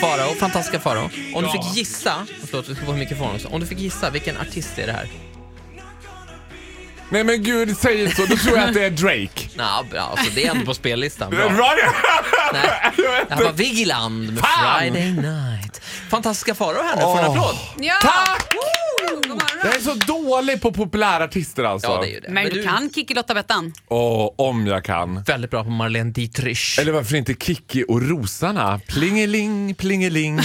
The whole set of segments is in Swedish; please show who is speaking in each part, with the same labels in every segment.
Speaker 1: Farao, fantastiska Farao. Om du fick gissa, förlåt du ska få mikrofon också. Om du fick gissa, vilken artist är det här?
Speaker 2: Nej men gud, säg inte så. Då tror jag att det är Drake.
Speaker 1: Nå, bra, alltså det är ändå på spellistan.
Speaker 2: Var
Speaker 1: Bra.
Speaker 2: det?
Speaker 1: Nej.
Speaker 2: Jag vet
Speaker 1: Det här var
Speaker 2: inte.
Speaker 1: Vigeland med
Speaker 2: Fan!
Speaker 1: Friday Night. Fantastiska Farao här nu, får en
Speaker 2: Åh.
Speaker 1: applåd.
Speaker 3: Ja!
Speaker 2: Tack!
Speaker 3: Woo! God morgon.
Speaker 2: Jag är så dålig på populärartister alltså.
Speaker 1: Ja, det är ju det.
Speaker 3: Men du kan Kikki-Lotta-Bettan.
Speaker 2: Åh, om jag kan.
Speaker 1: Väldigt bra på Marlene Dietrich.
Speaker 2: Eller varför inte Kikki och rosarna? Plingeling, plingeling.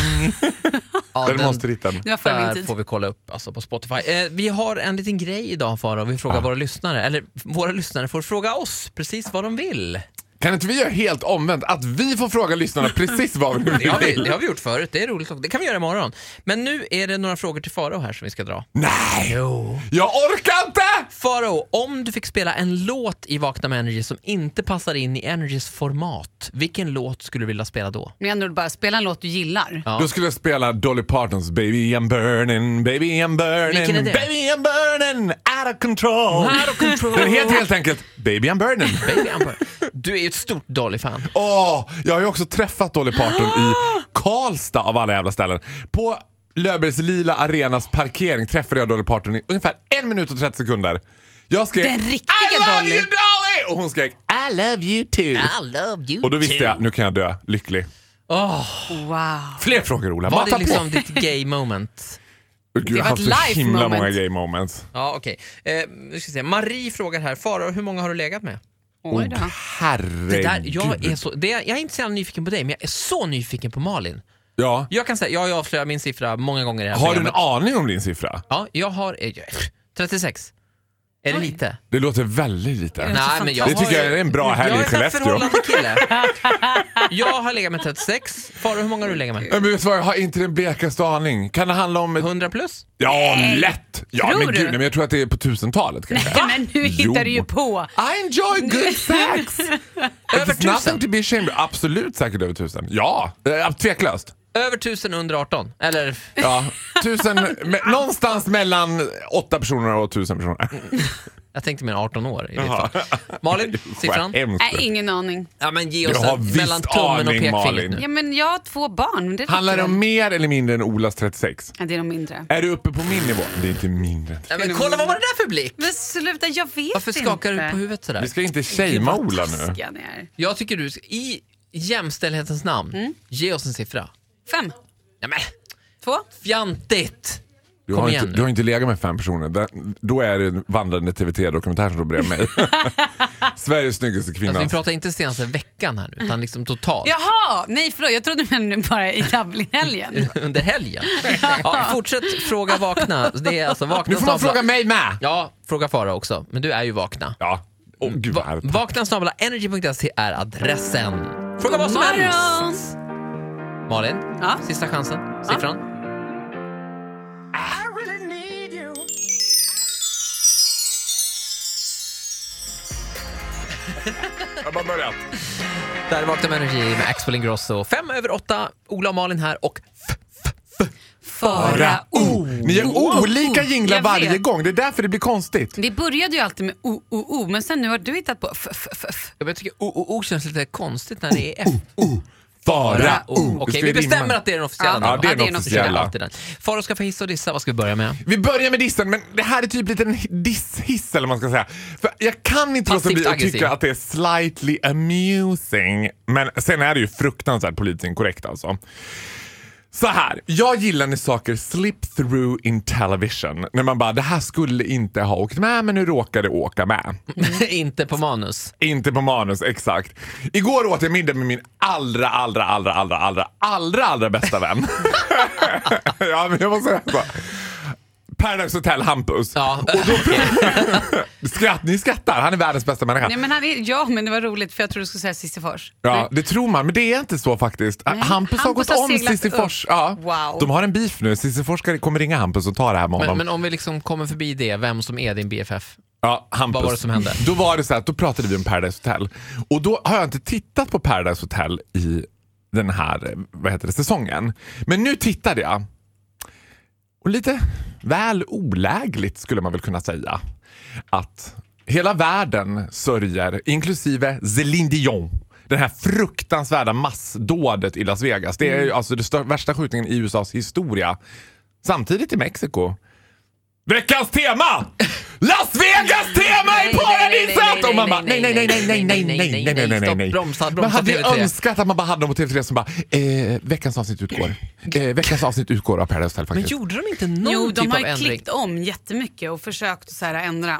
Speaker 1: Ja,
Speaker 2: Den måste du hitta.
Speaker 3: Nu var före min
Speaker 1: Där får
Speaker 3: tid.
Speaker 1: vi kolla upp alltså, på Spotify. Eh, vi har en liten grej idag Farao. Vi frågar våra lyssnare, eller våra lyssnare får fråga oss precis vad de vill.
Speaker 2: Kan inte vi göra helt omvänt? Att vi får fråga lyssnarna precis vad vi
Speaker 1: Det har vi,
Speaker 2: vill.
Speaker 1: det har vi gjort förut, det är roligt. också. Det kan vi göra imorgon. Men nu är det några frågor till Farao här som vi ska dra.
Speaker 2: Nej! Jag orkar inte!
Speaker 1: Farao, om du fick spela en låt i Vakna med Energy som inte passar in i Energys format, vilken låt skulle du vilja spela då?
Speaker 3: Men ändå bara spela en låt du gillar.
Speaker 1: Ja.
Speaker 2: Då skulle jag spela Dolly Partons Baby I'm burning, baby I'm burning,
Speaker 1: Vilken är det?
Speaker 2: baby I'm burning, out of control.
Speaker 1: Out of control.
Speaker 2: Den heter helt enkelt Baby I'm burning.
Speaker 1: Baby Amber. Du är ju ett stort Dolly-fan.
Speaker 2: Åh, jag har ju också träffat Dolly Parton i Karlstad av alla jävla ställen. På Löfbergs Lila Arenas parkering träffade jag Dolly Parton i ungefär en minut och 30 sekunder. Jag skrek
Speaker 3: Den riktiga
Speaker 2: I love
Speaker 3: Dolly."
Speaker 2: you Dolly! Och hon skrek I love you too.
Speaker 1: love you
Speaker 2: Och då visste jag, nu kan jag dö lycklig.
Speaker 3: Wow.
Speaker 2: Fler frågor Ola,
Speaker 1: Var
Speaker 2: mata
Speaker 1: det
Speaker 2: på.
Speaker 1: liksom ditt gay moment?
Speaker 2: Gud, jag
Speaker 3: var
Speaker 2: har haft
Speaker 3: ett
Speaker 2: så
Speaker 3: life
Speaker 2: himla
Speaker 3: moment.
Speaker 2: många gay moments.
Speaker 1: Ja, okej. Eh, nu ska vi se. Marie frågar här, Farao, hur många har du legat med?
Speaker 3: Oj då.
Speaker 2: Oh. Herregud.
Speaker 1: Det där, jag, är så, det, jag är inte så jävla nyfiken på dig, men jag är så nyfiken på Malin.
Speaker 2: ja.
Speaker 1: Jag kan säga, jag har ju avslöjat min siffra många gånger i det här
Speaker 2: Har du en
Speaker 1: programmet.
Speaker 2: aning om din siffra?
Speaker 1: Ja, jag har... eh, jag- 36. Är det lite?
Speaker 2: Det låter väldigt lite.
Speaker 1: Nej, men jag
Speaker 2: Det
Speaker 1: har
Speaker 2: tycker jag
Speaker 1: ju-
Speaker 2: är en bra helg i
Speaker 1: Alltså, Jag är en
Speaker 2: Skellefteå.
Speaker 1: förhållande kille. Jag har legat med 36. Farao, hur många har du legat med?
Speaker 2: Nej, Men vet du vad, jag har inte den blekaste aning. Kan det handla om ett
Speaker 1: 100 plus?
Speaker 2: Ja, lätt! Ja,
Speaker 3: Tror
Speaker 2: men
Speaker 3: du?
Speaker 2: gud, nej, men jag tror att det är på tusentalet kanske.
Speaker 3: Ja, men nu hittar du
Speaker 2: Jo.
Speaker 3: ju på.
Speaker 2: Ah! I enjoy good sex!
Speaker 1: Över
Speaker 2: It's nothing
Speaker 1: 1000.
Speaker 2: to be ashamed of. Absolut säkert över tusen. Ja, eh, tveklöst.
Speaker 1: Över 1000 under 18. Eller
Speaker 2: Ja, tusen, me, någonstans mellan åtta personer och tusen personer.
Speaker 1: jag tänkte mer 18 år i ditt fall. Malin, siffran?
Speaker 2: Hemskt.
Speaker 3: Nej, ingen aning.
Speaker 1: Ja, men ge
Speaker 2: Du
Speaker 1: oss
Speaker 2: har
Speaker 1: en
Speaker 2: visst
Speaker 1: mellan tummen och
Speaker 2: aning,
Speaker 1: pekfingret
Speaker 2: Malin.
Speaker 1: nu.
Speaker 3: Ja, men jag har två barn. Men det räcker
Speaker 2: Handlar det
Speaker 3: väl.
Speaker 2: om mer eller mindre än Olas 36?
Speaker 3: Ja, det är de mindre.
Speaker 2: Är du uppe på min nivå? Det är inte mindre än 36.
Speaker 1: Ja, men kolla, vad var det där för blick?
Speaker 3: Men sluta, jag vet
Speaker 1: Varför
Speaker 3: inte.
Speaker 1: skakar du på huvudet sådär?
Speaker 2: Vi ska inte shamea Ola nu.
Speaker 3: Taskiga ni är.
Speaker 1: Jag tycker du, ska- i jämställdhetens namn, ge oss en siffra.
Speaker 3: Fem,
Speaker 1: Nej, men
Speaker 3: två.
Speaker 1: fjantigt!
Speaker 2: Du
Speaker 1: Kom
Speaker 2: har,
Speaker 1: igen
Speaker 2: inte,
Speaker 1: nu. Alltså,
Speaker 2: du har inte legat med fem personer. Den- Då är det en vandrande TVT-dokumentär som står bredvid mig. Sveriges snyggaste kvinna.
Speaker 1: Alltså, vi pratar inte senaste veckan här nu, utan liksom totalt.
Speaker 3: Jaha, nej förlåt, jag trodde du menade bara i Dublinhelgen.
Speaker 1: Under helgen. Ja, fortsätt fråga vakna. Det är alltså vakna
Speaker 2: Nu får man
Speaker 1: snabla-
Speaker 2: fråga mig med!
Speaker 1: Ja, fråga Farao också. Men du är ju vakna.
Speaker 2: Ja. Åh gud vad
Speaker 1: Va-
Speaker 2: härligt.
Speaker 1: vakna snabla energy.se är adressen. Fråga vad som
Speaker 3: Morgon.
Speaker 1: helst. Malin,
Speaker 3: Ja.
Speaker 1: sista chansen. Siffran?
Speaker 2: Jag bara börjat.
Speaker 1: Där är Vakna med Energy med Axel Ingrosso. Fem över åtta, Ola och Malin här och f-
Speaker 3: Fara O.
Speaker 2: Ni gör olika jinglar
Speaker 3: Jag
Speaker 2: varje
Speaker 3: vet.
Speaker 2: gång. Det är därför det blir konstigt.
Speaker 3: Det började ju alltid med O, O, O, men sen nu har du hittat på F, F, F, F.
Speaker 1: jag tycker o, o, o känns lite konstigt när det är f
Speaker 2: O. Fara O.
Speaker 1: Okej,
Speaker 2: Det ska
Speaker 1: vi
Speaker 2: rimma.
Speaker 1: bestämmer att det är den officiella
Speaker 3: Ja,
Speaker 1: nu.
Speaker 2: ja, det är den officiella.
Speaker 1: alltid den. Farao ska få hissa och dissa, vad ska vi börja med?
Speaker 2: Vi börjar med dissen, men det här är typ lite en diss-hiss eller vad man ska säga. För jag kan inte låta bli att
Speaker 1: Passivt-aggressiv.
Speaker 2: tycka att det är slightly amusing. Men sen är det ju fruktansvärt politiskt inkorrekt alltså. Så här, jag gillar när saker slip through in television. När man bara, det här skulle inte ha åkt med, men nu råkar det åka med.
Speaker 1: Inte på manus.
Speaker 2: Inte på manus, exakt. Igår åt jag middag med min allra, allra, allra, allra, allra, allra, allra bästa vän. ja, men jag måste säga så. Paradise Hotel, Hampus.
Speaker 1: Ja.
Speaker 2: Skratt, ni skrattar, han är världens bästa människa.
Speaker 3: Nej, men han är, ja, men det var roligt för jag trodde du skulle säga Sissefors.
Speaker 2: Ja, det tror man, men det är inte så faktiskt. Hampus har
Speaker 3: Hampus
Speaker 2: gått
Speaker 3: har
Speaker 2: om
Speaker 3: seglat
Speaker 2: Sissifors.
Speaker 3: upp.
Speaker 2: Ja.
Speaker 3: Wow.
Speaker 2: De har en beef nu, Sissifors ska- kommer ringa Hampus och ta det här med honom.
Speaker 1: Men, men om vi liksom kommer förbi det, vem som är din BFF.
Speaker 2: Ja, Hampus.
Speaker 1: Vad var det som hände?
Speaker 2: Då var det så här att då pratade vi om Paradise Hotel. Och då har jag inte tittat på Paradise Hotel i den här eh, vad heter det, säsongen. Men nu tittade jag. Och lite väl olägligt skulle man väl kunna säga. Att hela världen sörjer, inklusive Céline Dion. det här fruktansvärda massdådet i Las Vegas. Det
Speaker 1: Mm.
Speaker 2: är ju alltså det stör- värsta skjutningen i USAs historia. Samtidigt i Mexiko. Veckans tema! Las Vegas tema i
Speaker 1: Nej, nej, nej, nej,
Speaker 2: paradiset! Och man bara nej,
Speaker 1: nej,
Speaker 2: nej, nej, nej, nej, nej, nej, nej, nej, nej, nej,
Speaker 1: stopp,
Speaker 2: nej.
Speaker 1: bromsa,
Speaker 2: Man
Speaker 1: bromsa,
Speaker 2: hade ju
Speaker 1: TV3.
Speaker 2: önskat att man bara hade dem på TV3 som bara eh, veckans avsnitt utgår. Eh, veckans avsnitt utgår av Paradise Hotel
Speaker 1: Men
Speaker 2: faktiskt.
Speaker 1: gjorde de inte någon
Speaker 3: Jo, de
Speaker 1: typ
Speaker 3: har
Speaker 1: av
Speaker 3: ju
Speaker 1: ändring?
Speaker 3: klippt om jättemycket och försökt så här ändra.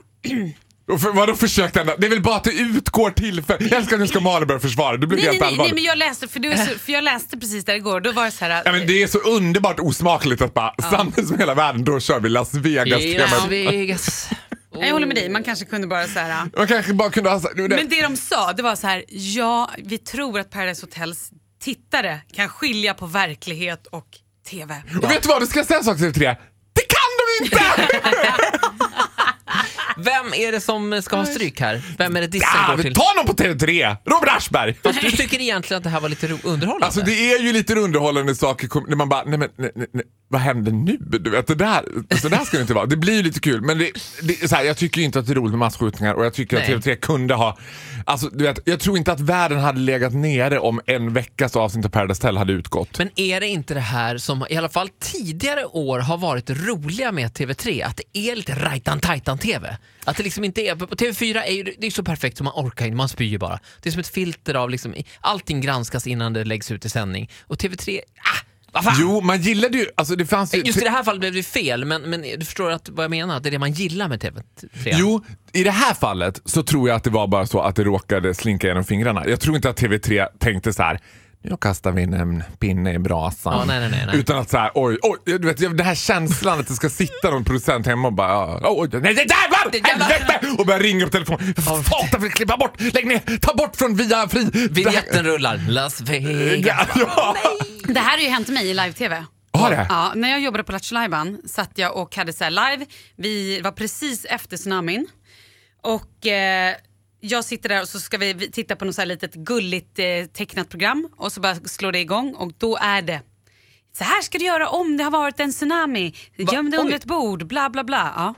Speaker 2: Och för, vadå försökt ändra? Det är väl bara att det utgår till för... Jag älskar att nu ska Malin börja försvara. Du blev
Speaker 3: Nej, nej,
Speaker 2: helt
Speaker 3: nej, nej,
Speaker 2: allvarlig.
Speaker 3: men jag läste, för, du är så, för jag läste precis där igår, då var det så här...
Speaker 2: Ja, men det är så underbart osmakligt att bara samtidigt med hela världen då kör vi Las Vegas
Speaker 1: I Las
Speaker 2: temat.
Speaker 1: Vegas.
Speaker 3: Nej, Jag håller med dig, man kanske kunde bara så här...
Speaker 2: Man kanske bara kunde ha sagt... nu är det-
Speaker 3: Men det de sa, det var så här, ja, vi tror att Paradise Hotels tittare kan skilja på verklighet och TV.
Speaker 2: Och vet du vad? Du ska säga en sak till TV3. Det kan de inte!
Speaker 1: Vem är det som ska ha stryk här? Vem är det dissen
Speaker 2: ja,
Speaker 1: går
Speaker 2: vi
Speaker 1: till?
Speaker 2: tar någon på TV3! Robert Aschberg!
Speaker 1: Fast du tycker egentligen att det här var lite ro- underhållande?
Speaker 2: Alltså det är ju lite underhållande saker kom- när man bara, nej men nej, nej, nej, vad händer nu? Du vet, det där, så där ska det inte vara. Det blir ju lite kul men det, det, är så här, jag tycker ju inte att det är roligt med massskjutningar och jag tycker
Speaker 1: Nej.
Speaker 2: att TV3 kunde ha, alltså du vet, jag tror inte att världen hade legat nere om en veckas avsnitt av Paradise Hotel hade utgått.
Speaker 1: Men är det inte det här som i alla fall tidigare år har varit roliga med TV3? Att det är lite rajtan-tajtan-TV. Att det liksom inte är... på TV4 är ju det är så perfekt som man orkar inte, man spyr ju bara. Det är som ett filter av liksom, allting granskas innan det läggs ut i sändning. Och TV3, ah, vad fan!
Speaker 2: Jo, man gillade ju, alltså det fanns ju...
Speaker 1: Just i det här fallet blev det fel, men, men du förstår att, vad jag menar? Att det är det man gillar med TV3.
Speaker 2: Jo, i det här fallet så tror jag att det var bara så att det råkade slinka genom fingrarna. Jag tror inte att TV3 tänkte så här. Nu kastar vi in en pinne i brasan.
Speaker 1: Ja, nej, nej, nej, nej.
Speaker 2: Utan att så här, oj, oj, du vet, den här känslan att det ska sitta någon producent hemma och bara, ja, oj, nej, nej, där var
Speaker 3: där var-
Speaker 2: helvete! Och börja ringa på telefonen. Fatta, vi klippa bort, lägg ner, ta bort från via fri. Det här-
Speaker 1: Vinjetten rullar. Las
Speaker 2: Ja,
Speaker 1: Vegas.
Speaker 2: ja.
Speaker 3: Det här har ju hänt mig i live-TV.
Speaker 2: Har det?
Speaker 3: Ja, när jag jobbade på Lattjo Lajban satt jag och hade så här live. Vi var precis efter tsunamin. Och eh, jag sitter där och så ska vi vi titta på något så här litet gulligt eh, tecknat program. Och så bara slår det igång och då är det så här ska du göra om det har varit en tsunami. Göm dig under
Speaker 1: Oj.
Speaker 3: ett bord, bla bla bla. Ja.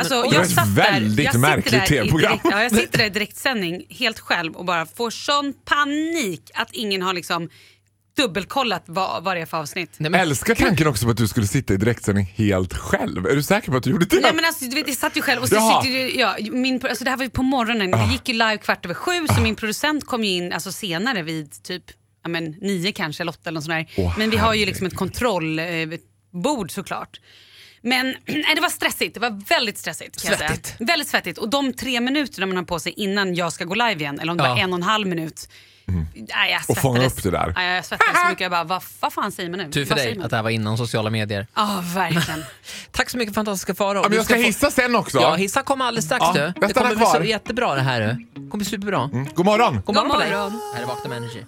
Speaker 3: Alltså,
Speaker 1: oj.
Speaker 2: Det var ett väldigt
Speaker 3: sitter
Speaker 2: märkligt
Speaker 3: i
Speaker 2: TV-program.
Speaker 3: direkt- Ja, jag sitter där i direktsändning helt själv och bara får sån panik att ingen har liksom dubbelkollat vad, vad det är för avsnitt.
Speaker 1: Nej,
Speaker 2: Jag
Speaker 1: men,
Speaker 2: älskar tanken också på att du skulle sitta i direktsändning helt själv. Är du säker på att du gjorde det?
Speaker 3: Nej men alltså du vet jag satt ju själv och så
Speaker 2: Jaha. Ah.
Speaker 3: sitter ju, ja, min, pro- alltså, det här var ju på morgonen, det gick ju live kvart över sju så min producent kom ju in alltså, senare vid typ ja, men, nio kanske eller åtta eller något sånt där.
Speaker 2: Åh,
Speaker 3: men vi har ju liksom ett kontrollbord såklart. Men nej, det var stressigt, det var väldigt stressigt. Kan jag säga.
Speaker 1: Svettigt.
Speaker 3: Väldigt svettigt och de tre minuterna man har på sig innan jag ska gå live igen eller om det
Speaker 1: Ja.
Speaker 3: var en och en halv minut. Nej, jag
Speaker 2: Mm. Och fånga
Speaker 3: svettades.
Speaker 2: upp det där.
Speaker 3: Nej, jag svettades så mycket jag bara, vad, vad fan säger man nu?
Speaker 1: tur för
Speaker 3: vad säger
Speaker 1: dig
Speaker 3: man?
Speaker 1: att det här var innan sociala medier.
Speaker 3: Ja, verkligen.
Speaker 1: Tack så mycket fantastiska Farao.
Speaker 2: Ja, men
Speaker 1: Du
Speaker 2: jag ska
Speaker 1: få-
Speaker 2: hissa sen också.
Speaker 1: Ja, hissa kommer alldeles strax
Speaker 2: Ja,
Speaker 1: du.
Speaker 2: jag
Speaker 1: Det
Speaker 2: stannar
Speaker 1: kommer bli så
Speaker 2: kvar. Mm.
Speaker 1: jättebra det här du. Det kommer bli superbra.
Speaker 2: God morgon!
Speaker 1: God morgon på dig.
Speaker 3: morgon.
Speaker 1: Här är Vakna med Energy.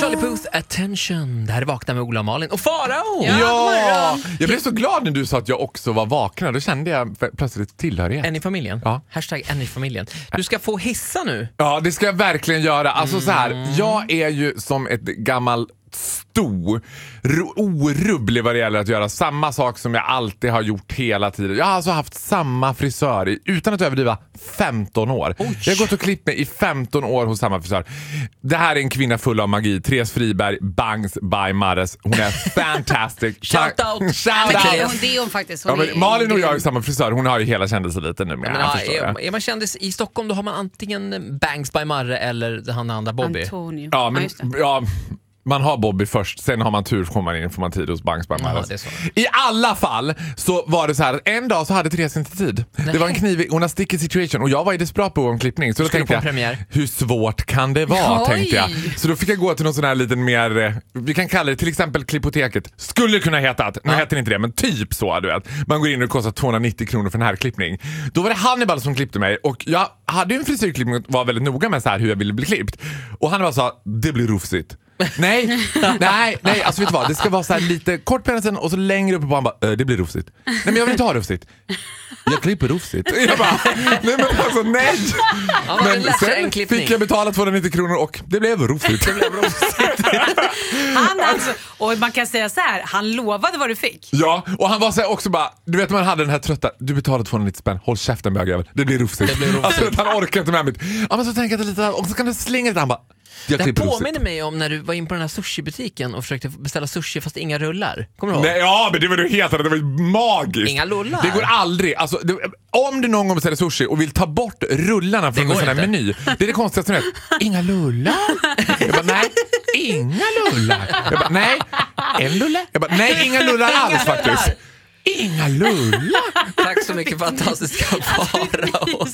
Speaker 1: Charlie Puth, Attention. Det här är Vakna med Ola och Malin. Och Farao!
Speaker 2: Ja! Jag blev så glad när du sa att jag också var vakna. Då kände jag f- plötsligt tillhörighet.
Speaker 1: En i familjen.
Speaker 2: Ja.
Speaker 1: Hashtag en i familjen. Du ska få hissa nu.
Speaker 2: Ja, det ska jag verkligen göra. Alltså så
Speaker 1: Mm.
Speaker 2: här, jag är ju som ett gammalt sto, ro- orubblig vad det gäller att göra samma sak som jag alltid har gjort hela tiden. Jag har alltså haft samma frisör i, utan att överdriva, 15 år. Jag har gått och klippt mig i 15 år hos samma frisör. Det här är en kvinna full av magi. Therese Friberg, Bangs by Mares. Hon är fantastic.
Speaker 1: Shout out.
Speaker 2: Shout
Speaker 3: Men
Speaker 1: Där.
Speaker 3: det,
Speaker 2: out!
Speaker 3: hon, det är hon faktiskt. Hon
Speaker 2: Ja,
Speaker 3: är-
Speaker 2: men Malin och jag är samma frisör, hon har ju hela kändelseliten numera.
Speaker 1: Men,
Speaker 2: jag
Speaker 1: ja,
Speaker 2: förstår det.
Speaker 1: är, är man kändis i Stockholm då har man antingen Bangs by Marre eller han andra Bobby.
Speaker 3: Antonio.
Speaker 2: Ja, men,
Speaker 3: just det.
Speaker 2: ja, man har Bobby först, sen har man tur så kommer man in får man tid hos Bangs Bangs.
Speaker 1: Ja, det är så.
Speaker 2: I alla fall så var det så här att en dag så hade Therese inte tid. Det var en knivig, hon har sticky situation och jag var i desperat behov av en klippning. Så då
Speaker 1: Skulle
Speaker 2: tänkte
Speaker 1: på en
Speaker 2: jag,
Speaker 1: premiär.
Speaker 2: hur svårt kan det vara?
Speaker 3: Oj.
Speaker 2: Tänkte jag. Så då fick jag gå till någon sån här liten mer, eh, vi kan kalla det till exempel Klippoteket. Skulle kunna heta att, nu heter det inte det, men typ så du vet. Man går in och det kostar 290 kronor för en herrklippning. Då var det Hannibal som klippte mig och jag hade ju en frisyrklippning och var väldigt noga med så här hur jag ville bli klippt. Och Hannibal sa, det blir rufsigt. Nej, nej, nej. Alltså vet du vad? Det ska vara så här lite kort på ena sidan och så längre upp på han bara, "Eh, det blir rufsigt. Nej men jag vill inte ha rufsigt. Jag klipper rufsigt. Jag bara, nej men alltså nej.
Speaker 1: Ja, men
Speaker 2: Men
Speaker 1: lätt sig en
Speaker 2: sen
Speaker 1: klippning.
Speaker 2: fick jag betala 290 kronor och det blev rufsigt.
Speaker 3: Han alltså, och man kan säga så här, han lovade vad du fick.
Speaker 2: Ja, och han var så här också bara, du vet man hade den här trötta, du betalade 290 spänn, håll käften bögjävel, det blir rufsigt.
Speaker 1: Det blir rufsigt.
Speaker 2: Alltså, han orkar inte med mitt. Ja men så tänker jag lite, och så kan du slänga lite, han bara, jag
Speaker 1: Det här
Speaker 2: klipper rufsigt.
Speaker 1: påminner mig om när du var in på den här sushibutiken och försökte beställa sushi fast inga rullar. Kommer du ihåg?
Speaker 2: Nej, ja men det var du helt rätt. det var ju magiskt.
Speaker 1: Inga lullar.
Speaker 2: Det går aldrig. Alltså, det, om du någon gång beställer sushi och vill ta bort rullarna från
Speaker 1: går
Speaker 2: en sån här
Speaker 1: inte.
Speaker 2: meny. Det är det konstigaste jag vet. Inga lullar? Jag bara, nej. Inga lullar? Jag bara, nej. En lulle? Jag bara, nej inga lullar
Speaker 1: Inga
Speaker 2: alls faktiskt.
Speaker 1: lullar.
Speaker 2: Inga lullar?
Speaker 1: Tack så mycket fantastiska Farao.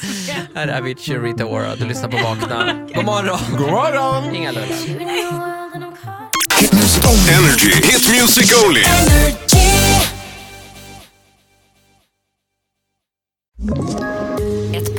Speaker 1: Här är Avicii och Rita Ora. Du lyssnar på Vakna. God morgon.
Speaker 2: God morgon!
Speaker 1: Inga lullar.
Speaker 4: Energy. Hit music only.
Speaker 5: Ett